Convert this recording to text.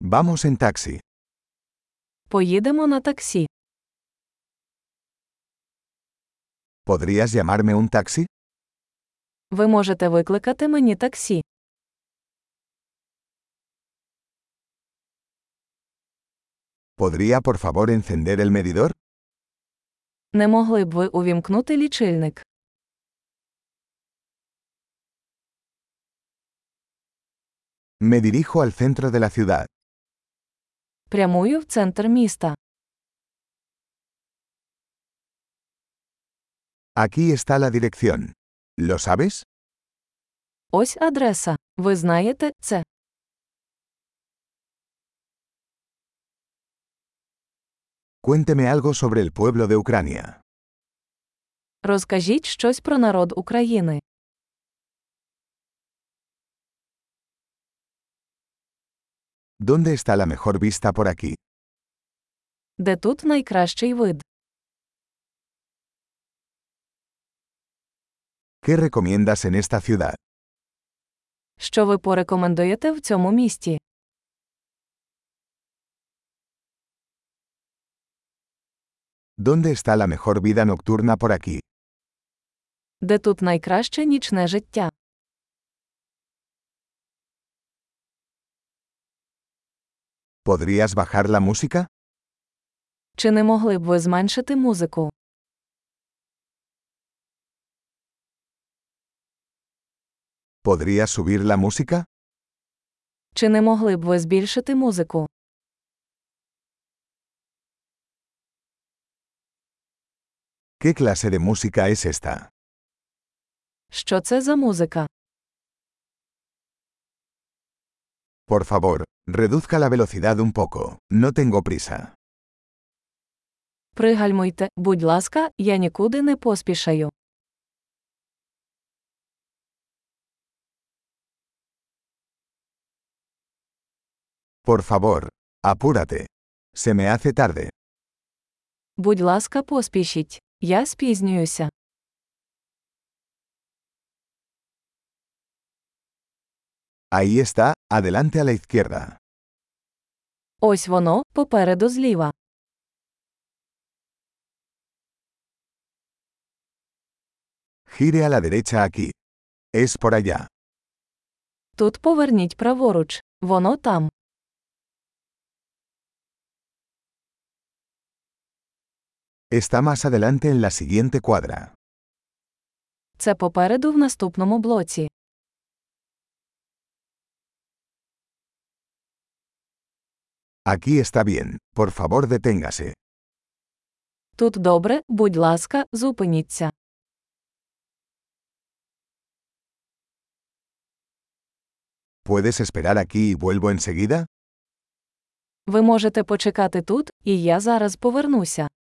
Vamos en taxi. Поїдемо на таксі. ¿Podrías llamarme un taxi? Ви можете викликати мені таксі. ¿Podría por favor encender el medidor? Не могли б ви увімкнути лічильник? Me dirijo al centro de la ciudad. Прямую в центр міста. Aquí está la dirección. ¿Lo sabes? Ось адреса. Ви знаєте це. Cuénteme algo sobre el pueblo de Ucrania. Розкажіть щось про народ України. ¿Dónde está la mejor vista por aquí? Де тут найкращий вид? ¿Qué recomiendas en esta ciudad? Що ви порекомендуєте в цьому місті? ¿Dónde está la mejor vida nocturna por aquí? Де тут найкраще нічне життя? ¿Podrías bajar la música? Чи не могли б ви зменшити музику? ¿Podrías subir la música? Чи не могли б ви збільшити музику? ¿Qué clase de música es esta? Що це за музика? Por favor, reduzca la velocidad un poco. No tengo prisa. Пригальмуйте, будь ласка, я нікуди не поспішаю. Por favor, apúrate. Se me hace tarde. Будь ласка, поспішіть. Я спізнююся. Ahí está, adelante a la izquierda. Ось воно, попереду зліва. Gire a la derecha aquí. Es por allá. Тут поверніть праворуч. Воно там. Está más adelante en la siguiente cuadra. Це попереду в наступному блоці. Aquí está bien. Por favor, deténgase. Тут добре, будь ласка, зупиніться. ¿Puedes esperar aquí y vuelvo enseguida? Ви можете почекати тут, і я зараз повернуся.